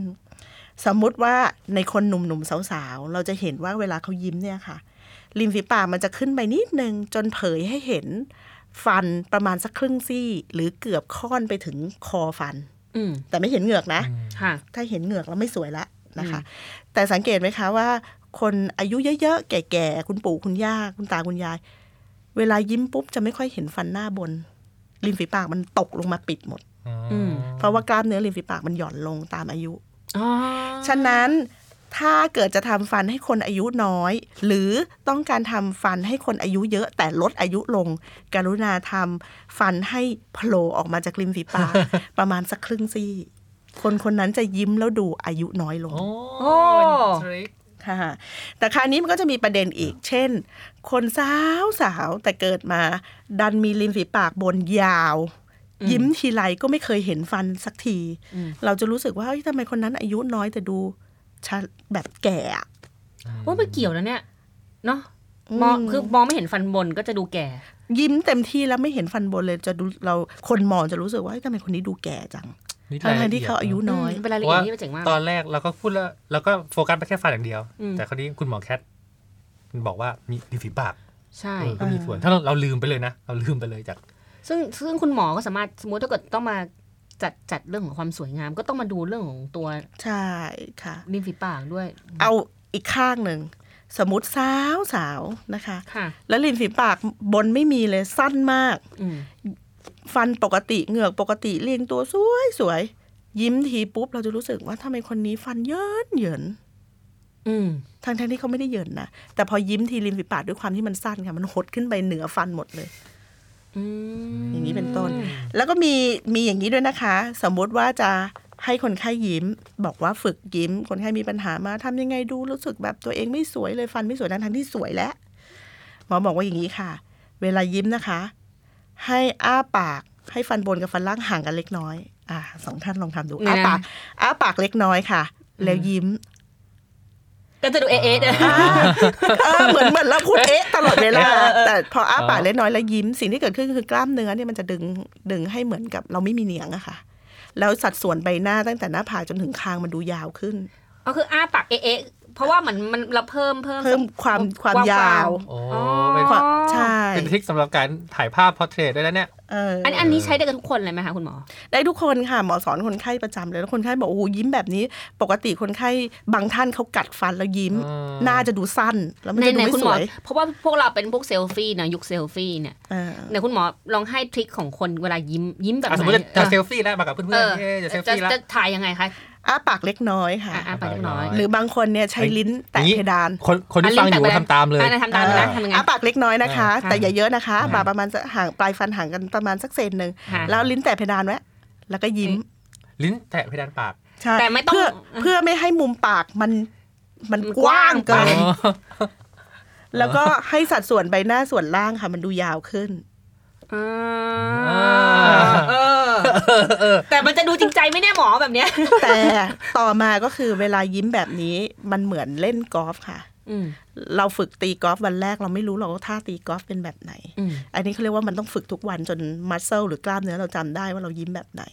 Speaker 4: สมมุติว่าในคนหนุ่มๆสาวๆ เราจะเห็นว่าเวลาเขายิ้มเนี่ยค่ะ ริมฝีปากมันจะขึ้นไปนิดนึง จนเผยให้เห็นฟันประมาณสักครึ่งซี่ หรือเกือบค่อนไปถึงคอฟัน
Speaker 2: อืม
Speaker 4: แต่ไม่เห็นเหงือกนะ
Speaker 2: ค่ะ
Speaker 4: ถ้าเห็นเหงือกแล้วไม่สวยละนะคะ แต่สังเกตไหมคะว่า คนอายุเยอะๆ แก่ๆ คุณปู่คุณย่า คุณตาคุณยาย เวลายิ้มปุ๊บจะไม่ค่อยเห็นฟันหน้าบน ริมฝีปากมันตกลงมาปิดหมด
Speaker 2: อืม
Speaker 4: เพราะว่ากล้ามเนื้อริมฝีปากมันหย่อนลงตามอายุ
Speaker 2: อ๋อ
Speaker 4: ฉะนั้นถ้าเกิดจะทำฟันให้คนอายุน้อย หรือต้องการทำฟันให้คนอายุเยอะแต่ลดอายุลง กรุณาทำฟันให้โผล่ออกมาจากริมฝีปาก ประมาณสักครึ่งซี่ คนคนนั้นจะยิ้มแล้วดูอายุน้อยลง
Speaker 3: โอ้เป็นทริค
Speaker 4: ค่ะแต่คราวนี้มันก็จะมีประเด็นอีก เช่น คนสาวสาวๆแต่เกิดมา ดันมีริมฝีปากบนยาว ยิ้มทีไรก็ไม่เคยเห็นฟันสักที เราจะรู้สึกว่าเฮ้ยทำไมคนนั้นอายุน้อยแต่ดูชะแบบแก่อะ
Speaker 2: ว่าไม่เกี่ยวนะเนี่ยเนาะ
Speaker 4: อืม
Speaker 2: มองคือมองไม่เห็นฟันบนก็จะดูแก่
Speaker 4: ยิ้มเต็มที่แล้วไม่เห็นฟันบนเลยจะดูเราคนมองจะรู้สึกว่าเฮ้ยทำไมคนนี้ดูแก่จัง
Speaker 3: นี่
Speaker 4: ทั้ง
Speaker 3: รละ
Speaker 4: ๆที่เขาอายุน้อย
Speaker 2: มเป็นราย
Speaker 3: เพ
Speaker 2: ละ
Speaker 3: ราะ
Speaker 2: เอียด
Speaker 3: ว่า
Speaker 2: ที่เจ๋งมาก
Speaker 3: ตอนแรกเราก็พูดแล้วเราก็โฟกัสไปแค่ฟันอย่างเดียว
Speaker 2: อืม
Speaker 3: แต่คราวนี้คุณหมอแคทบอกว่ามีริมฝีปาก
Speaker 2: ใช่
Speaker 3: เออก็มีส่วน ถ้าเราเราลืมไปเลยนะ เราลืมไปเลยจาก
Speaker 2: ซึ่งซึ่งคุณหมอก็สามารถสมมติถ้าเกิดต้องมาจัดจัดเรื่องของความสวยงาม ก็ต้องมาดูเรื่องของตัว
Speaker 4: ใช่ค่ะ
Speaker 2: ริมฝีปากด้วย
Speaker 4: เอาอีกข้างหนึ่ง สมมติสาวสาวๆนะคะ
Speaker 2: ค่ะ
Speaker 4: แล้วริมฝีปากบนไม่มีเลยสั้นมาก
Speaker 2: อืม
Speaker 4: ฟันปกติเหงือกปกติเรียงตัวสวยสวยๆยิ้มทีปุ๊บเราจะรู้สึกว่าทำไมคนนี้ฟันเยินเหยิน
Speaker 2: อืม
Speaker 4: ทั้งๆที่เขาไม่ได้เหยินนะ แต่พอยิ้มทีริมฝีปากด้วยความที่มันสั้นค่ะ มันหดขึ้นไปเหนือฟันหมดเลย
Speaker 2: อืม
Speaker 4: อย่างนี้เป็นต้น แล้วก็มีมีอย่างนี้ด้วยนะคะ สมมติว่าจะให้คนไข้ยิ้ม บอกว่าฝึกยิ้ม คนไข้มีปัญหามาทำยังไงดูรู้สึกแบบตัวเองไม่สวยเลยฟันไม่สวยทั้งๆที่สวยแล้วหมอบอกว่าอย่างนี้ค่ะ เวลายิ้มนะคะ ให้อ้าปากให้ฟันบนกับฟันล่างห่างกันเล็กน้อย อ่าสองท่านลองทำดูอ้าปากอ้าปากเล็กน้อยค่ะ แล้วยิ้ม
Speaker 2: ก็จะดูเอ๊ะเอ๊ะเนี่ย
Speaker 4: เออเหมือนเหมือนเราพูดเอ๊ะตลอดเวลา แต่พออ้าปากเล็กน้อยแล้วยิ้ม สิ่งที่เกิดขึ้นคือกล้ามเนื้อเนี่ยมันจะดึงดึงให้เหมือนกับเราไม่มีเหนียงอะค่ะ แล้วสัดส่วนใบหน้าตั้งแต่หน้าผากจนถึงคางมันดูยาวขึ้น
Speaker 2: ก็คืออ้าปากเอ๊ะเอ๊ะเพราะว่าเหมือนมันเราเพิ่มเพิ่ม
Speaker 4: เพิ่มความความยาว
Speaker 3: โอ้
Speaker 2: อ๋อ
Speaker 3: เป็น
Speaker 4: ความใช่
Speaker 3: เป็นทริคสำหรับการถ่ายภาพพอร์เทรตด้วยนะเนี่ย
Speaker 4: เออ
Speaker 2: อันอันนี้ใช้ได้กับทุกคนเลยไหมคะคุณหมอ
Speaker 4: ได้ทุกคนค่ะหมอสอนคนไข้ประจำเลยแล้วคนไข้บอกโอ้โหยิ้มแบบนี้ ปกติคนไข้บางท่านเขากัดฟันแล้วยิ้ม
Speaker 3: อ่า
Speaker 4: หน้าจะดูสั้น แล้วมัน
Speaker 2: ใน
Speaker 4: จะดู
Speaker 2: ใน
Speaker 4: ไม่
Speaker 2: คุณ
Speaker 4: ส
Speaker 2: หมอ
Speaker 4: วย
Speaker 2: เพราะว่าพวกเราเป็นพวกเซลฟี่นะยุคเซลฟี่เนี่ย
Speaker 4: เออ
Speaker 2: ในคุณหมอลองให้ทริคของคนเวลายิ้มยิ้มแบบ
Speaker 3: อ่ะ
Speaker 2: ไห
Speaker 3: สมมติ
Speaker 2: น
Speaker 3: จะจะเซลฟี่แล้วมากับเพื่อนๆเอ๊ะจะเซลฟี่แล้ว
Speaker 2: จะถ่ายยังไงคะ
Speaker 4: อ้าปากเล็กน้อยค่ะ
Speaker 2: อ่ะอ่ะปากเล็กน้อย
Speaker 4: หรือบางคนเนี่ยใช้ลิ้นแตะเพดาน
Speaker 3: คนคนที่ฟังอยู่ทำตามเลย
Speaker 2: อ่ะทำตามนะทำยังไง
Speaker 4: อ้าปากเล็กน้อยนะคะ
Speaker 2: ค่ะ
Speaker 4: แต่อย่าเยอะนะคะ
Speaker 3: ค่ะ
Speaker 4: บาประมาณจะห่างปลายฟันห่างกันประมาณสักเซนหนึ่ง
Speaker 2: ค่ะ
Speaker 4: แล้วลิ้นแตะเพดานไว้แล้วก็ยิ้ม
Speaker 3: ลิ้นแตะเพดานปาก
Speaker 4: ใช่
Speaker 2: แต่ไม่ต้อง
Speaker 4: เพื่อเพื่อไม่ให้มุมปากมันมันกว้าง
Speaker 2: ไป
Speaker 4: เกิน
Speaker 3: อ๋อ
Speaker 4: แล้วก็ให้สัดส่วนใบหน้าส่วนล่างค่ะ มันดูยาวขึ้น
Speaker 2: อ่าเออแต่มันจะดูจริงใจไหมเนี่ยหมอแบบเนี้ย
Speaker 4: แต่ต่อมาก็คือเวลายิ้มแบบนี้มันเหมือนเล่นกอล์ฟค่ะ
Speaker 2: อืม
Speaker 4: เราฝึกตีกอล์ฟวันแรกเราไม่รู้หรอกว่าท่าตีกอล์ฟเป็นแบบไหน
Speaker 2: อืม
Speaker 4: อันนี้เขาเรียกว่ามันต้องฝึกทุกวันจนมัสเซลหรือกล้ามเนื้อเราจำได้ว่าเรายิ้มแบบไหน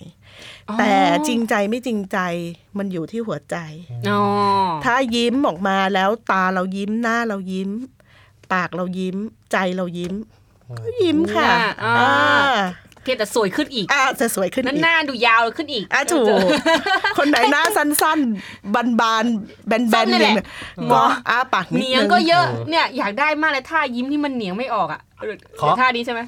Speaker 4: แต่จริงใจไม่จริงใจมันอยู่ที่หัวใจ
Speaker 2: อ๋อ
Speaker 4: ถ้ายิ้มออกมาแล้วตาเรายิ้มหน้าเรายิ้ม ปากเรายิ้ม ใจเรายิ้ม ก็ยิ้มค่ะ
Speaker 2: อ่า
Speaker 4: อ่า
Speaker 2: เพียงแต่สวยขึ้นอีก
Speaker 4: อ่าจะสวยขึ้น
Speaker 2: นั่น
Speaker 4: อีก
Speaker 2: หน้าดูยาวขึ้นอีก
Speaker 4: อ่ะถูกคนไหนหน้าสั้นๆบานบานๆแบน
Speaker 2: สั้น
Speaker 4: แบน
Speaker 2: นั่น
Speaker 4: ห
Speaker 2: แห
Speaker 4: นึ่
Speaker 2: ละ
Speaker 4: งก็อ้าปาก
Speaker 2: เห
Speaker 4: นิด
Speaker 2: นียง
Speaker 4: นึง
Speaker 2: ก็เยอะเนี่ยอยากได้มากเลยท่ายิ้มที่มันเหนียงไม่ออกอ่ะ
Speaker 3: ขอ
Speaker 2: ท่านี้ใช่ไหม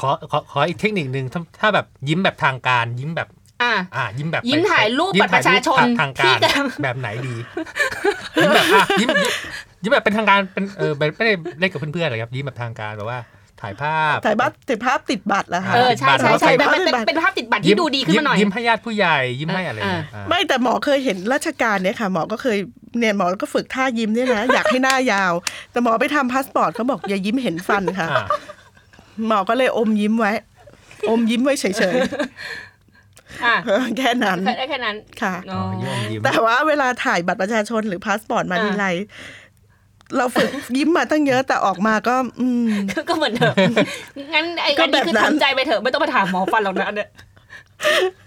Speaker 3: ขอขอขออีกเทคนิคหนึ่งถ้าถ้าแบบยิ้มแบบทางการยิ้มแบบ
Speaker 2: อ่า
Speaker 3: อ่ายิ้มแบบ
Speaker 2: ยิ้มถ่ายรูป
Speaker 3: ยิ้ม
Speaker 2: บัตรประชาชน
Speaker 3: ถ่ยรูปทาง
Speaker 2: ที่
Speaker 3: การ
Speaker 2: จะ
Speaker 3: แบบไหนดี ยิ้มแบบอ่ะยิ้มยิ้มยิ้มแบบเป็นทางการเป็นเออแบบไม่ได้เล่นกับเพื่อนๆหรอกครับยิ้มแบบทางการแบบว่า ถ่ายภาพ
Speaker 4: ถ่ายบัตรติดภาพติดบัตรแล้วค่ะ
Speaker 2: เออใช่ใช่ใช่แบบเป็นเป็นเป็นภาพติดบัตรที่
Speaker 3: ยิ้ม
Speaker 2: ดูดีขึ้นมาหน่อย
Speaker 3: ยิ้มให้ญาติผู้ใหญ่ยิ้มให้
Speaker 2: เอออ
Speaker 3: อะไรอย่างเงี้ยอ่า
Speaker 4: ไม่แต่หมอเคยเห็นราชการเนี่ยค่ะ หมอก็เคยเนี่ยหมอก็ฝึกท่ายิ้มเนี่ยนะ อยากให้หน้ายาว แต่หมอไปทำพาสปอร์ตเขาบอกอย่ายิ้มเห็นฟันค่ะ
Speaker 3: อ่า
Speaker 4: หมอก็เลยอมยิ้มไว้ อมยิ้มไว้เฉย
Speaker 2: อ่ะ
Speaker 4: ๆ แค่นั้น
Speaker 2: ได้แค่นั้น
Speaker 4: ค่ะ
Speaker 2: เนอะ
Speaker 3: ยิ้มยิ้ม
Speaker 4: แต่ว่าเวลาถ่ายบัตรประชาชนหรือพาสปอร์ตมา
Speaker 2: อ่า
Speaker 4: ทีไรเราฝึกยิ้มมาตั้งเยอะแต่ออกมาก็ อืม
Speaker 2: ก็เหมือนเถอะงั้นไอ้
Speaker 4: ก็
Speaker 2: อัน
Speaker 4: แบ
Speaker 2: นี้
Speaker 4: บ
Speaker 2: คือ
Speaker 4: นั้น
Speaker 2: ทำใจไปเถอะไม่ต้องมาถามหมอฟันหรอกนะอันเนี่ย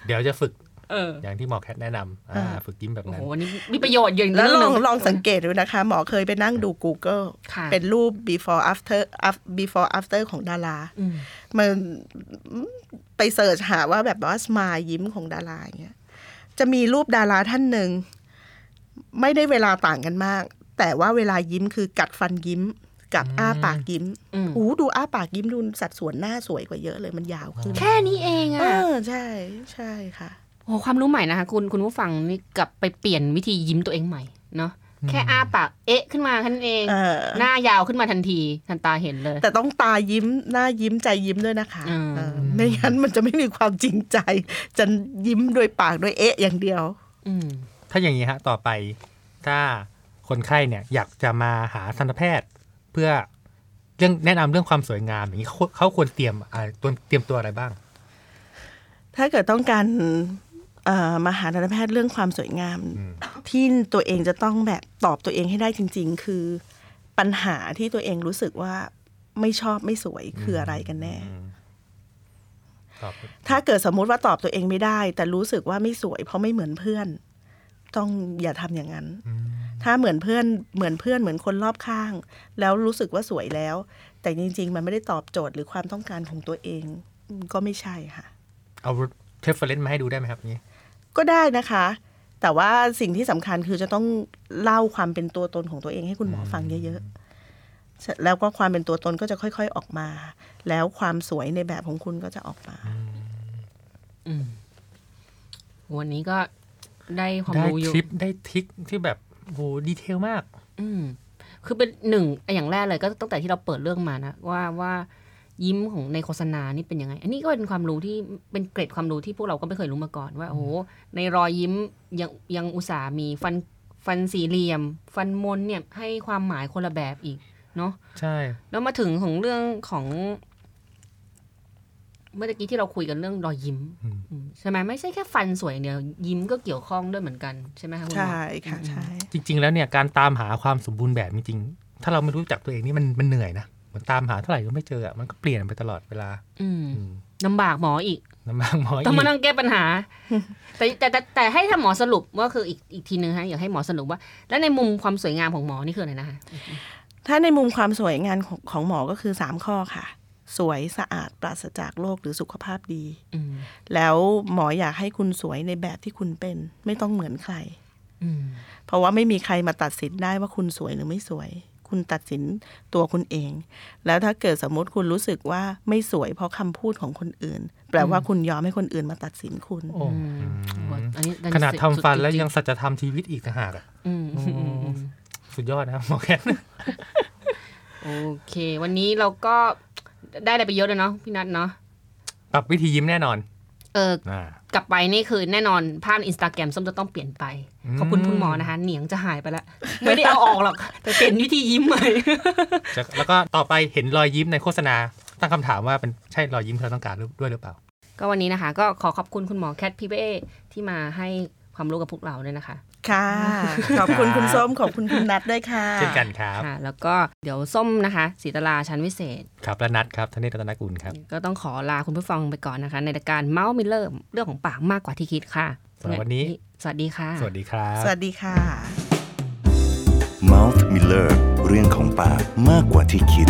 Speaker 3: เดี๋ยวจะฝึก
Speaker 2: เออ
Speaker 3: อย่างที่หมอแคทแนะนำอ่าฝึกยิ้มแบบ
Speaker 2: โอ้
Speaker 3: นั้
Speaker 2: โห
Speaker 3: น
Speaker 2: นี่มีประโยชน์อย่าง
Speaker 4: แล้ว
Speaker 2: เรื่
Speaker 4: ลอง
Speaker 2: หนึ่
Speaker 4: ลองสังเกตดูนะคะ หมอเคยไปนั่งดู Google
Speaker 2: ค่ะ
Speaker 4: เป็นรูป before after af- before after ของดารา
Speaker 2: อืม
Speaker 4: มันไปเสิร์ชหาว่าแบบว่าสมายยิ้มของดาราอย่างเงี้ยจะมีรูปดาราท่านหนึ่ง ไม่ได้เวลาต่างกันมาก แต่ว่าเวลายิ้มคือกัดฟันยิ้ม กับอ้าปากยิ้ม
Speaker 2: อืม
Speaker 4: หูดูอ้าปากยิ้มดูสัดส่วนหน้าสวยกว่าเยอะเลยมันยาวขึ้น
Speaker 2: แค่นี้เอง
Speaker 4: เอ
Speaker 2: อ่ะ
Speaker 4: อใช่ใช่ค่ะ
Speaker 2: โอ้ความรู้ใหม่นะคะคุณคุณผู้ฟังนี่กลับไปเปลี่ยนวิธียิ้มตัวเองใหม่เนาะแค่อ้าปากเอ๊ะขึ้นมาแค่นั้นเอง
Speaker 4: เออ
Speaker 2: หน้ายาวขึ้นมาทันทีทันตาเห็นเลย
Speaker 4: แต่ต้องตายิ้มหน้ายิ้มใจยิ้มด้วยนะคะ
Speaker 2: อืม
Speaker 4: เออไม่งั้นมันจะไม่มีความจริงใจ จะยิ้มด้วยปากด้วยเอ๊ะอย่างเดียว
Speaker 2: อืม
Speaker 3: ถ้าอย่างนี้ฮะต่อไปถ้าคนไข้เนี่ยอยากจะมาหาทันตแพทย์ เพื่อเรื่องแนะนำเรื่องความสวยงามอย่างนี้เขาเขาควรเตรียมอ่าตัวเตรียมตัวอะไรบ้าง
Speaker 4: ถ้าเกิดต้องการเอ่อมาหาทันตแพทย์เรื่องความสวยงาม
Speaker 3: อืม
Speaker 4: ที่ตัวเองจะต้องแบบตอบตัวเองให้ได้จริง ๆ คือปัญหาที่ตัวเองรู้สึกว่าไม่ชอบไม่สวยคืออะไรกันแน่
Speaker 3: อืมตอบ
Speaker 4: ถ้าเกิดสมมุติว่าตอบตัวเองไม่ได้ แต่รู้สึกว่าไม่สวยเพราะไม่เหมือนเพื่อน ต้องอย่าทำอย่างนั้น
Speaker 3: อืม
Speaker 4: ถ้าเหมือนเพื่อนเหมือนเพื่อนเหมือนคนรอบข้าง แล้วรู้สึกว่าสวยแล้ว แต่จริง ๆ มันไม่ได้ตอบโจทย์หรือความต้องการของตัวเองอืมก็ไม่ใช่ค่ะ
Speaker 3: เอาเทฟเฟลเลนมาให้ดูได้ไหมครับนี้
Speaker 4: ก็ได้นะคะ แต่ว่าสิ่งที่สำคัญคือจะต้องเล่าความเป็นตัวตนของตัวเองให้คุณหมอฟังเยอะๆ แล้วก็ความเป็นตัวตนก็จะค่อยๆออกมา แล้วความสวยในแบบของคุณก็จะออกมา
Speaker 2: อืมวันนี้ก็ได้ความ
Speaker 3: ได้
Speaker 2: รู้เยอะ
Speaker 3: ทริปได้ทริคที่แบบโหดีเทลมาก
Speaker 2: อืมคือเป็นหนึ่งอย่างแรกเลยก็ตั้งแต่ที่เราเปิดเรื่องมานะว่าว่ายิ้มของในโฆษณานี่เป็นยังไง อันนี้ก็เป็นความรู้ที่เป็นเกร็ดความรู้ที่พวกเราก็ไม่เคยรู้มาก่อนว่าโอ้โหในรอยยิ้มยังยังอุตส่าห์มีฟันฟันสี่เหลี่ยม ฟันมนเนี่ยให้ความหมายคนละแบบอีกเนาะ
Speaker 3: ใช่
Speaker 2: แล้วมาถึงของเรื่องของ เมื่อตะกี้ที่เราคุยกันเรื่องรอยยิ้มอืมใช่ไหมไม่ใช่แค่ฟันสวยอย่างเดียว ยิ้มก็เกี่ยวข้องด้วยเหมือนกันใช่ไหมคะคุณหมอ
Speaker 4: ใช่ค่ะใช่
Speaker 3: จริง ๆ แล้วเนี่ยการตามหาความสมบูรณ์แบบจริงๆถ้าเราไม่รู้จักตัวเองนี่มันมันเหนื่อยนะเหมือนตามหาเท่าไหร่ก็ไม่เจออะมันก็เปลี่ยนไปตลอดเวลา
Speaker 2: อืม
Speaker 3: อืม
Speaker 2: ลำบากหมออีก
Speaker 3: น้ำมันหมออีก
Speaker 2: ต้องมานั่งแก้ปัญหา แต่แต่แต่แต่ให้ถ้าหมอสรุปว่าคืออีกอีกทีนึงฮะอยากให้หมอสรุปว่า แล้วในมุมความสวยงามของหมอนี่คืออะไรนะคะ
Speaker 4: ถ้าในมุมความสวยงานของของหมอก็คือ 3 ข้อค่ะ สวยสะอาดปราศจากโรคหรือสุขภาพดี
Speaker 2: อืม
Speaker 4: แล้วหมออยากให้คุณสวยในแบบที่คุณเป็น ไม่ต้องเหมือนใคร
Speaker 2: อืม
Speaker 4: เพราะว่าไม่มีใครมาตัดสินได้ว่าคุณสวยหรือไม่สวย คุณ คุณตัดสินตัวคุณเอง แล้วถ้าเกิดสมมติคุณรู้สึกว่าไม่สวยเพราะคำพูดของคนอื่น แปลว่าคุณยอมให้คนอื่นมาตัดสินคุณ
Speaker 3: โอ้
Speaker 2: อืมอันนี้อั
Speaker 3: ขนาดทำฟัน
Speaker 2: สุ
Speaker 3: แล้วยัง
Speaker 2: จริ
Speaker 3: สัจธรรมชีวิตอีกต่างหากอะ
Speaker 2: ๆอืมอืมอืมอืม
Speaker 3: สุดยอดนะ หมอแคน
Speaker 2: โอเค วันนี้เราก็ได้อะไรไปเยอะเลยเนาะพี่นัทเนาะ
Speaker 3: ปรับวิธียิ้มแน่นอน
Speaker 2: เออ
Speaker 3: อ่า
Speaker 2: กลับไปนี่คือแน่นอนภาพในอินสตาแกรมส้มจะต้องเปลี่ยนไป
Speaker 3: อืม
Speaker 2: ขอบคุณคุณหมอนะคะ เหนียงจะหายไปละ ไม่ได้เอาออกหรอก แต่เปลี่ยนวิธียิ้มใหม่
Speaker 3: จะแล้วก็ต่อไปเห็นรอยยิ้มในโฆษณา ตั้งคำถามว่าเป็นใช่รอยยิ้มที่เราต้องการหรือด้วยหรือเปล่า
Speaker 2: ก็วันนี้นะคะ ก็ขอขอบคุณคุณหมอแคทพีเอที่มาให้ความรู้กับพวกเราด้วยนะคะ
Speaker 4: ค่ะ ขอบคุณคุณส้ม ขอบคุณคุณนัทด้วยค่ะ
Speaker 3: เช่นกันครับ
Speaker 2: ค่ะแล้วก็เดี๋ยวส้มนะคะศรีตลาชั้นวิเศษ
Speaker 3: ครับและนัดครับธเนศรัตนกุลครับ
Speaker 2: ก็ต้องขอลาคุณผู้ฟังไปก่อนนะคะ ในรายการเมาส์มิเลอร์เรื่องของปากมากกว่าที่คิดค่ะ
Speaker 3: สำหรับวันนี้
Speaker 2: สวัสดีค่ะ
Speaker 3: สวัสดีครับ
Speaker 4: สวัสดีค่ะ
Speaker 1: Mouth Miller เรื่องของปากมากกว่าที่คิด